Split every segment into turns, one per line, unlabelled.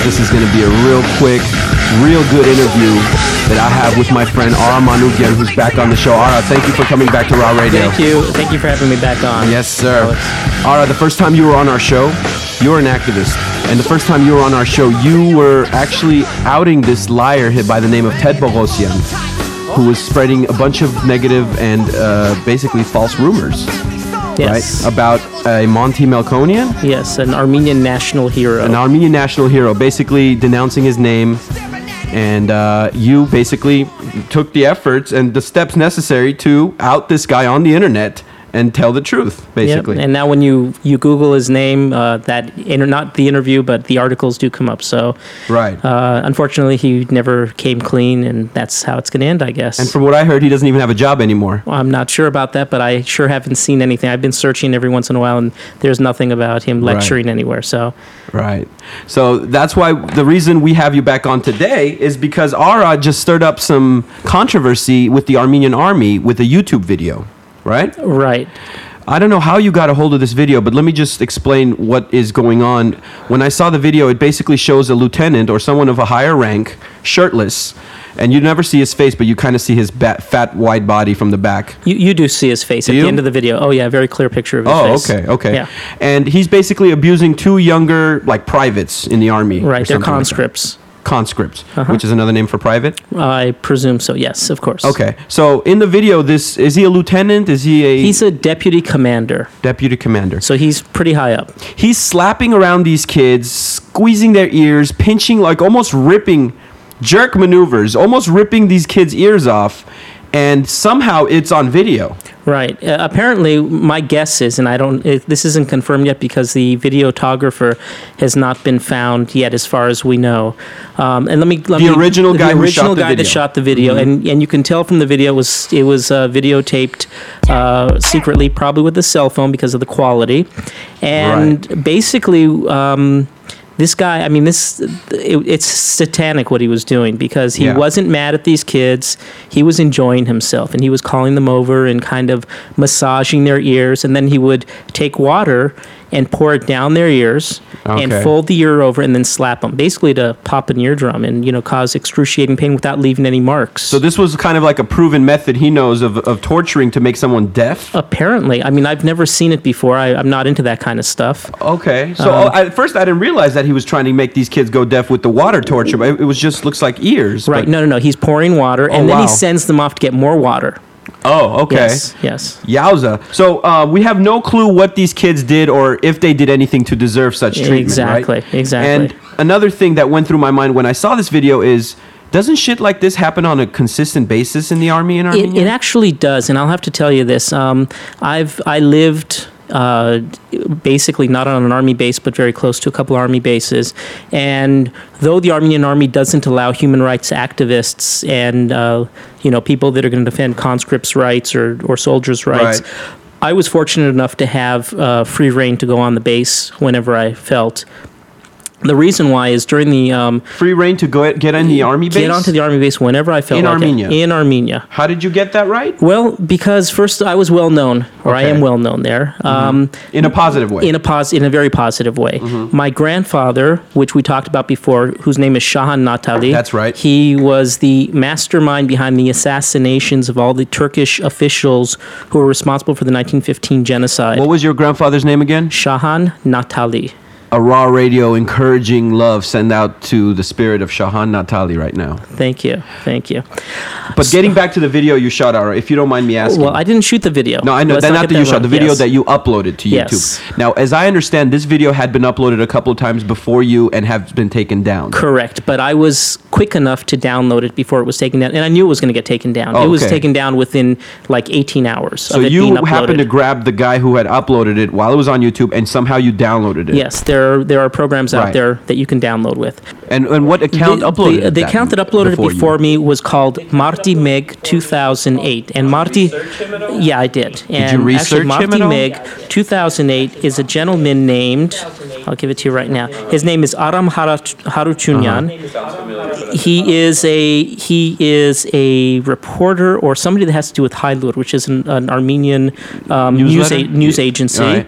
This is going to be a real quick, real good interview that I have with my friend Ara Manugyan, who's back on the show. Ara, thank you for coming back to Raw Radio.
Thank you. Thank you for having me back on.
Yes, sir.
Alex.
Ara, the first time you were on our show, you were an activist. And the first time you were on our show, you were actually outing this liar hit by the name of Ted Bogosian, who was spreading a bunch of negative and uh, basically false rumors,
Yes.
right? About a Monty Melkonian,
Yes, an Armenian national hero.
an Armenian national hero, basically denouncing his name. And uh, you basically took the efforts and the steps necessary to out this guy on the internet and tell the truth,
Yep,
basically.
And now when you, you Google his name, uh, that inter- not the interview, but the articles do come up. So,
right.
uh, unfortunately, he never came clean, and that's how it's going to end, I guess.
And from what I heard, he doesn't even have a job anymore.
I'm not sure about that, but I sure haven't seen anything. I've been searching every once in a while, and there's nothing about him
Right.
lecturing anywhere. So,
Right. So that's why the reason we have you back on today is because Ara just stirred up some controversy with the Armenian army with a YouTube video, right?
right.
I don't know how you got a hold of this video, but let me just explain what is going on. When I saw the video, it basically shows a lieutenant or someone of a higher rank shirtless, and you never see his face, but you kind of see his bat, fat, wide body from the back.
You, you do see his face at
you?
the end of the video. Oh, yeah, very clear picture of his
Oh,
face.
okay, okay.
Yeah.
And he's basically abusing two younger, like privates in the army. or
Right,
something
they're Uh-huh.
like that.
conscripts.
conscripts, which is another name for private.
I presume so, yes, of course.
Okay, so in the video, this is he a lieutenant? Is he a
He's a deputy commander,
deputy commander?
so he's pretty high up.
He's slapping around these kids, squeezing their ears, pinching, like almost ripping, jerk maneuvers, almost ripping these kids' ears off. And somehow it's on video.
Right. Uh, apparently, my guess is, and I don't, it, this isn't confirmed yet because the videographer has not been found yet, as far as we know. Um, and let me, let
The
me-
original guy
the
who
original
shot the
guy
video. Mm-hmm.
that shot the video, and and you can tell from the video it was it was uh, videotaped uh, secretly, probably with a cell phone because of the quality, and basically. Um, this guy, I mean, this it, it's satanic what he was doing because he
Yeah.
wasn't mad at these kids. He was enjoying himself and he was calling them over and kind of massaging their ears. And then he would take water and pour it down their ears and
Okay.
fold fold the ear over and then slap them, basically to pop an eardrum and you know cause excruciating pain without leaving any marks.
So this was kind of like a proven method he knows of, of torturing to make someone deaf.
apparently, I mean, I've never seen it before. I, I'm not into that kind of stuff.
Okay. So
Uh-huh.
oh, at first I didn't realize that he was trying to make these kids go deaf with the water torture, but it, it was just looks like ears.
Right?
but- Oh,
No, no, no. He's pouring water and then
wow.
he sends them off to get more water.
Oh, okay.
Yes, yes.
Yowza. So uh, we have no clue what these kids did or if they did anything to deserve such treatment.
Exactly,
right?
exactly.
And another thing that went through my mind when I saw this video is doesn't shit like this happen on a consistent basis in the army in
It,
Armenia?
it actually does, and I'll have to tell you this. Um, I've I lived. Uh, basically, not on an army base, but very close to a couple army bases. And though the Armenian army doesn't allow human rights activists and uh, you know people that are going to defend conscripts' rights or, or soldiers' rights,
Right.
I was fortunate enough to have uh, free reign to go on the base whenever I felt. The reason why is during the um,
Free reign to go get in the army base.
get onto the army base whenever I felt
In
like it.
Armenia.
in Armenia.
How did you get that right?
Well, because first I was well known, or I
Okay. Mm-hmm.
am well known there, um,
In a positive way.
in a pos- in a very positive way.
Mm-hmm.
My grandfather, which we talked about before, whose name is Shahan Natali.
That's right.
He was the mastermind behind the assassinations of all the Turkish officials who were responsible for the 1915 genocide.
what was your grandfather's name again?
Shahan Natali.
A raw radio encouraging love send out to the spirit of Shahan Natali right now.
Thank you, thank you.
But getting back to the video you shot, Ara, if you don't mind me asking.
Well, I didn't shoot the video.
No, I know.
Let's
That, not
not get
the you
wrong.
shot, the video
Yes.
that you uploaded to YouTube.
Yes.
Now, as I understand, this video had been uploaded a couple of times before you and have been taken down.
Correct, but I was quick enough to download it before it was taken down, and I knew it was going to get taken down.
Oh,
It was
okay.
taken down within like 18 hours.
So
of it being
you
uploaded.
happened to grab the guy who had uploaded it while it was on YouTube, and somehow you downloaded it.
Yes, there are, there are programs out
Right.
there that you can download with.
And and what account
the,
uploaded
the, the
that
account that uploaded
before
it
you?
before me was called Marty Meg 2008, and Marty. Yeah, I did. And
you research
actually,
him
Marty
at all?
Meg 2008 is a gentleman named. I'll give it to you right now. His name is Aram Harat- Haruchunyan.
Uh-huh.
He is a he is a reporter or somebody that has to do with Hailur, which is an, an Armenian um, news
Newsletter?
a- news
Yeah.
agency.
All right.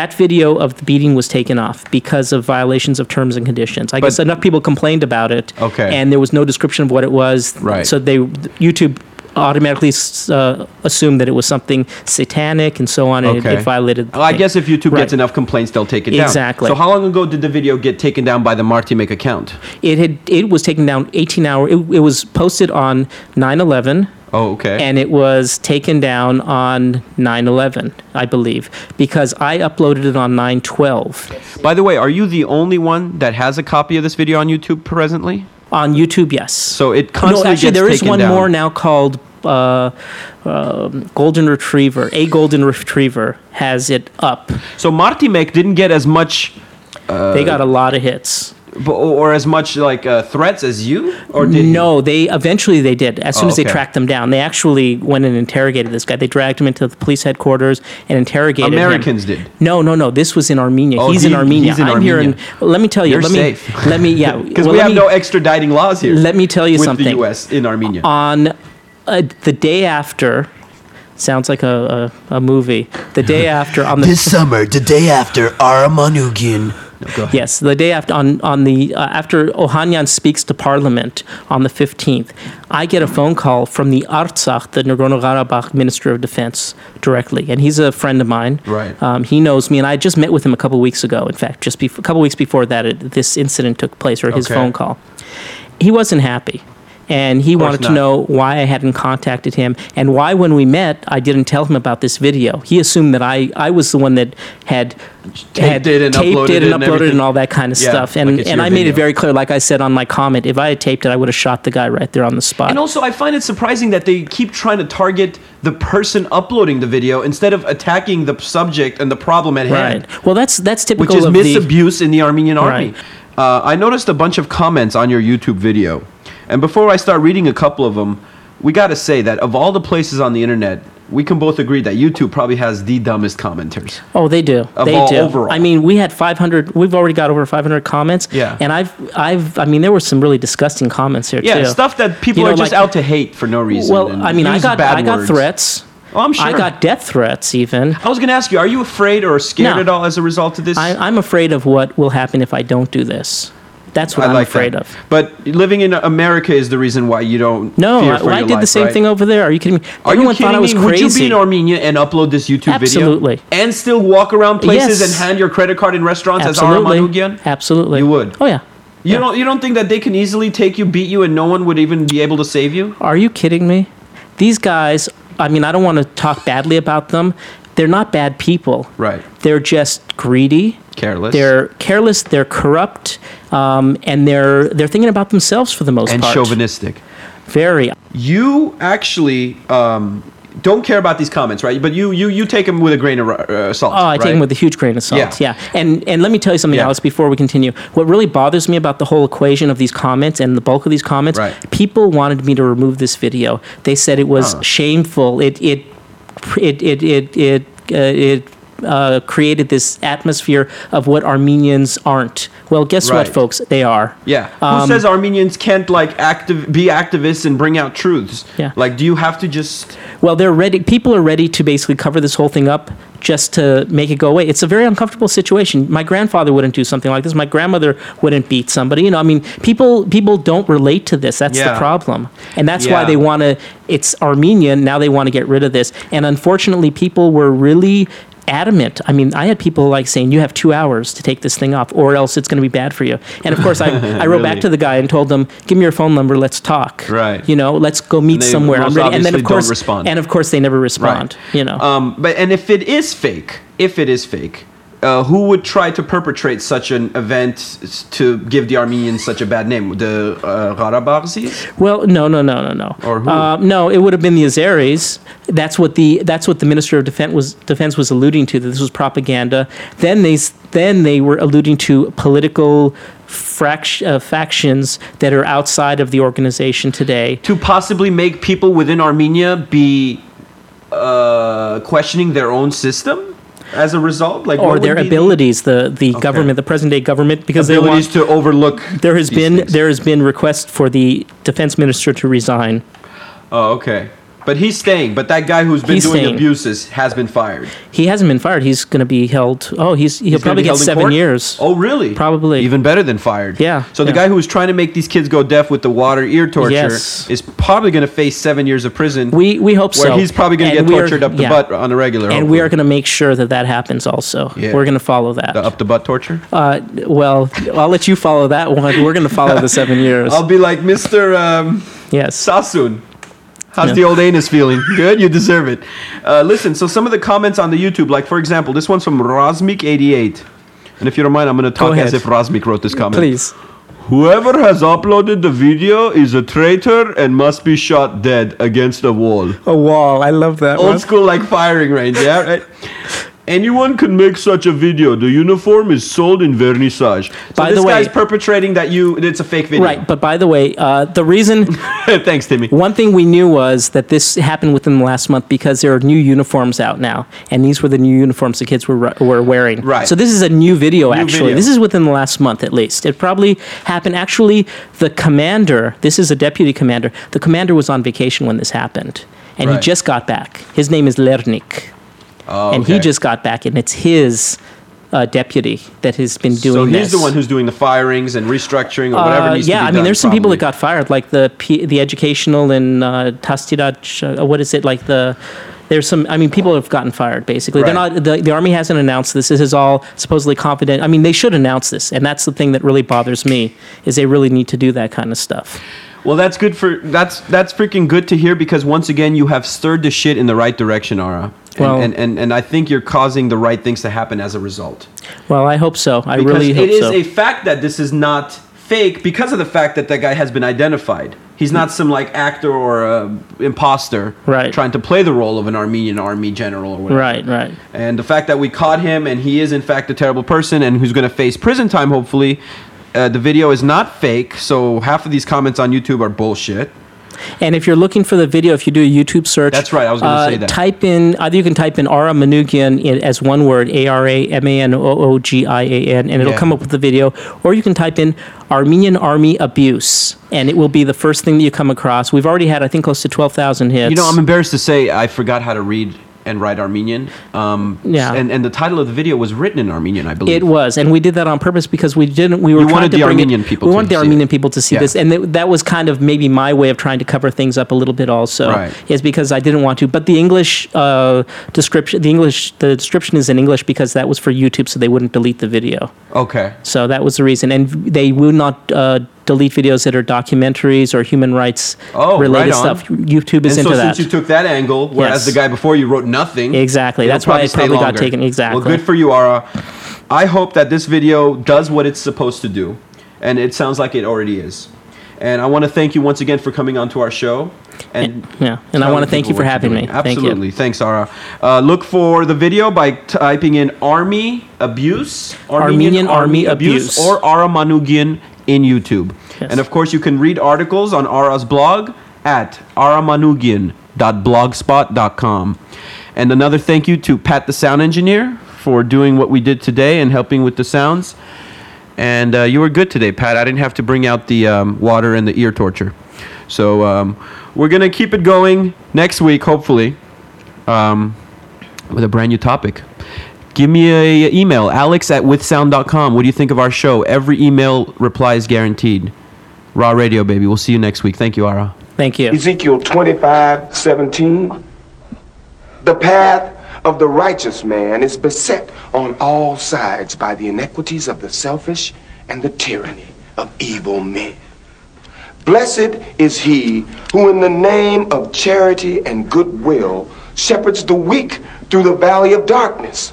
That video of the beating was taken off because of violations of terms and conditions. I
But-
guess enough people complained about it.
Okay.
And there was no description of what it was.
Right.
So they YouTube automatically s- uh, assumed that it was something satanic and so on, and it-
Okay.
it violated. the
Well, I
thing.
guess if YouTube
Right.
gets enough complaints, they'll take it down.
Exactly.
So how long ago did the video get taken down by the Martimic account?
it had it was taken down 18 hour. It, it was posted on 9/11.
Oh, okay.
and it was taken down on 9-11 i believe because i uploaded it on 9-12
by the way, are you the only one that has a copy of this video on YouTube presently?
on youtube yes
So it
no
constantly
actually
gets
there is
taken
one
down.
more now called uh, um golden retriever a golden retriever has it up
So Martimic didn't get as much
they got a
Uh,
lot of hits
b- or as much like uh, threats as you, or did he?
no they eventually they did as soon
Oh,
as
okay.
they tracked them down they actually went and interrogated this guy they dragged him into the police headquarters and interrogated him.
Americans did.
No, no, no. This was in Armenia.
Oh,
he's in
he-
Armenia.
he's in
I'm
Armenia.
here in. Let me tell you.
You're
let me.
safe.
Let me. Yeah.
Because
well,
we
let
have
me-
no extraditing laws here.
Let me tell you
with
something.
the U.S. in Armenia.
On uh, the day after, sounds like a, a, a movie. The day after on the
This summer, the day after Aramanugian.
yes, the day after on on the uh, after Ohanyan speaks to Parliament on the 15th, I get a phone call from the Artsakh, the Nagorno-Karabakh Minister of Defense, directly, and he's a friend of mine.
Right.
Um, he knows me, and I just met with him a couple weeks ago. In fact, just bef- a couple weeks before that, it, this incident took place, or his
Okay.
phone call. He wasn't happy. And he
course
wanted
not.
to know why I hadn't contacted him and why, when we met, I didn't tell him about this video. He assumed that I, I was the one that had
Taped
had
it and
taped
uploaded it
it and
and
uploaded
everything.
and all that kind of
Yeah,
stuff. And
like it's
and
your
I made
video.
it very clear, like I said on my comment, if I had taped it, I would have shot the guy right there on the spot.
And also, I find it surprising that they keep trying to target the person uploading the video instead of attacking the subject and the problem at hand,
right. Well, that's that's
which
typical
is
of the.
misabuse in the Armenian army.
Right.
Uh, I noticed a bunch of comments on your YouTube video, and before I start reading a couple of them, we got to say that of all the places on the internet, we can both agree that YouTube probably has the dumbest commenters.
Oh, they do.
Of
they
all
do.
overall.
I mean, we had 500. We've already got over 500 comments.
Yeah.
And I've, I've, I mean, there were some really disgusting comments here
Yeah,
too.
stuff that people
You know,
are just
like-
out to hate for no reason.
Well,
and
I mean, I
use
got,
bad
I got
words.
threats.
Oh, I'm sure.
I got death threats even.
I was going to ask you, are you afraid or scared
No.
at all as a result of this?
I, I'm afraid of what will happen if I don't do this. That's what
I
am
like
afraid
that.
of.
But living in America is the reason why you don't.
No,
fear
I,
for
I
your
did the
life,
same
right?
thing over there. Are you kidding me?
Are
Everyone
you kidding
thought I was
me?
crazy.
Would you be in Armenia and upload this YouTube
Absolutely.
video and still walk around places
Yes.
and hand your credit card in restaurants
Absolutely.
as Aramanugian?
Absolutely.
You would.
Oh yeah.
You
Yeah.
don't. You don't think that they can easily take you, beat you, and no one would even be able to save you?
Are you kidding me? These guys, I mean, I don't want to talk badly about them. They're not bad people.
Right.
They're just greedy.
Careless.
They're careless. They're corrupt, um, and they're they're thinking about themselves for the most
and
part.
chauvinistic.
Very.
You actually. Um, don't care about these comments, right? But you you you take them with a grain of ru- uh, salt.
Oh, I
right?
take them with a huge grain of salt.
Yeah.
Yeah. And and let me tell you something
Yeah.
else before we continue. What really bothers me about the whole equation of these comments and the bulk of these comments,
Right.
people wanted me to remove this video. They said it was
Huh.
shameful. It it it it it it uh, it uh, created this atmosphere of what Armenians aren't. Well, guess
Right.
what, folks? They are.
Yeah. Who
Um,
says Armenians can't like active be activists and bring out truths?
Yeah.
Like, do you have to just?
Well, they're ready. People are ready to basically cover this whole thing up just to make it go away. It's a very uncomfortable situation. My grandfather wouldn't do something like this. My grandmother wouldn't beat somebody. You know, I mean, people people don't relate to this. That's
Yeah.
the problem, and that's
Yeah.
why they want to. It's Armenian now. They want to get rid of this, and unfortunately, people were really adamant. I mean, I had people like saying, "You have two hours to take this thing off, or else it's going to be bad for you." And of course, I I wrote
Really?
back to the guy and told him, "Give me your phone number. Let's talk.
Right.
You know, let's go meet
they
somewhere.
most
I'm ready." And then
obviously
of
don't
course,
respond.
and of course, they never respond. You know,
Um, but and if it is fake, if it is fake, uh, who would try to perpetrate such an event s- to give the Armenians such a bad name? The uh, Gharabaghzis?
well, no, no, no, no, no.
Or who?
Uh, no, it would have been the Azeris. That's what the that's what the Minister of Defense was Defense was alluding to. That this was propaganda. Then they s- then they were alluding to political fract- uh, factions that are outside of the organization today.
to possibly make people within Armenia be uh, questioning their own system as a result, like
Or
what would
their
be the
abilities, the, the government, the present day government, because they
abilities
want.
to overlook.
There has
these
been
things?
there has been requests for the defense minister to resign.
Oh, okay. But But he's staying. But that guy who's been
He's
doing
staying.
abuses has been fired.
He hasn't been fired. He's going to be held. Oh, he's he'll
He's gonna
probably
be
get
held in
seven
court?
years.
Oh, really?
Probably.
Even better than fired.
Yeah,
So the
yeah.
guy who was trying to make these kids go deaf with the water ear torture
Yes.
is probably going to face seven years of prison.
we we hope
where
so.
he's probably going to
And
get
we are-
tortured up the
yeah.
butt on the regular.
And
hopefully.
we are going to make sure that that happens. Also,
Yeah.
we're going to follow that.
The up the butt torture.
Uh, well, I'll let you follow that one. We're going to follow the seven years.
I'll be like Mr. Um,
yes.
Sassoon. How's
Yeah.
the old anus feeling? Good, you deserve it. Uh, listen, so some of the comments on the YouTube, like for example, this one's from Rosmik88. And if you don't mind, I'm going to talk as
ahead.
if Rosmik wrote this comment.
Please.
Whoever has uploaded the video is a traitor and must be shot dead against a wall.
A wall. I love that
Old school, like firing range, yeah, right? Anyone can make such a video. The uniform is sold in vernissage. So
By
this
the way-
guy's perpetrating that you, it's a fake video.
Right, but by the way, uh, the reason
Thanks, Timmy.
one thing we knew was that this happened within the last month because there are new uniforms out now, and these were the new uniforms the kids were ru- were wearing.
Right.
So this is a new video. actually,
video.
this is within the last month at least. It probably happened. Actually, the commander. This is a deputy commander. The commander was on vacation when this happened, and
Right.
he just got back. His name is Lernik,
Oh,
and he
okay.
just got back, and it's his. Uh, deputy that has been doing
So he's
this.
the one who's doing the firings and restructuring or whatever
Uh,
needs to be
yeah, I mean,
done,
there's some people that
probably.
got fired, like the P- the educational and uh, Tastidad. Uh, what is it like the? There's some. I mean, people have gotten fired. Basically, they're
Right.
not. The, the army hasn't announced this. This is all supposedly confident. I mean, they should announce this, and that's the thing that really bothers me is they really need to do that kind of stuff.
Well, that's good for that's that's freaking good to hear because once again, you have stirred the shit in the right direction, Ara. And,
Well-
and, and and I think you're causing the right things to happen as a result.
Well, I hope so. I
Because
really
it
hope
is
so.
a fact that this is not fake because of the fact that that guy has been identified. He's not some like actor or uh, imposter
Right.
trying to play the role of an Armenian army general or whatever.
right, right.
And the fact that we caught him and he is in fact a terrible person and who's going to face prison time hopefully. Uh, the video is not fake, so half of these comments on YouTube are bullshit.
And if you're looking for the video, if you do a YouTube search,
That's right, I was gonna
uh,
say that.
Type in either you can type in Ara Manugian in, as one word, A R A M A N O O G I A N, and it'll
Yeah.
come up with the video, or you can type in Armenian Army abuse, and it will be the first thing that you come across. We've already had, I think, close to twelve thousand hits.
You know, I'm embarrassed to say I forgot how to read and write Armenian. Um,
Yeah.
And, and the title of the video was written in Armenian, I believe.
It was, and we did that on purpose because we didn't. We were trying
wanted
to
the
bring it-
Armenian people
We
to
wanted the
see it.
Armenian people to see
Yeah.
this, and th- that was kind of maybe my way of trying to cover things up a little bit. Also,
Right.
is because I didn't want to. But the English uh, description, the English, the description is in English because that was for YouTube, so they wouldn't delete the video.
Okay.
So that was the reason, and they will not uh, delete videos that are documentaries or human rights
Oh, right
related
on.
stuff. YouTube
And
is
so
into
since
that.
you took that angle, whereas
Yes.
the guy before you wrote nothing.
Exactly.
it'll
That's why it
stay
probably got
longer.
taken-
Well,
exactly.
good for you, Ara. I hope that this video does what it's supposed to do, and it sounds like it already is. And I want to thank you once again for coming onto our show. And
yeah, and I
telling
want to thank you
people
for
what
having
you're
me.
doing.
Thank you.
Absolutely. Thanks, Ara. Uh, look for the video by typing in Army Abuse,
Armenian Army Abuse.
or Ara Manugian in YouTube.
Yes.
And of course, you can read articles on Ara's blog at aramanugian.blogspot.com. And another thank you to Pat, the sound engineer, for doing what we did today and helping with the sounds. And uh, you were good today, Pat. I didn't have to bring out the um, water and the ear torture. So um, we're going to keep it going next week, hopefully, um, with a brand new topic. Give me a email, alex at withsound.com. What do you think of our show? Every email reply is guaranteed. Raw radio, baby. We'll see you next week. Thank you, Ara.
Thank you.
Ezekiel 25 17. The path of the righteous man is beset on all sides by the iniquities of the selfish and the tyranny of evil men. Blessed is he who, in the name of charity and goodwill, shepherds the weak through the valley of darkness,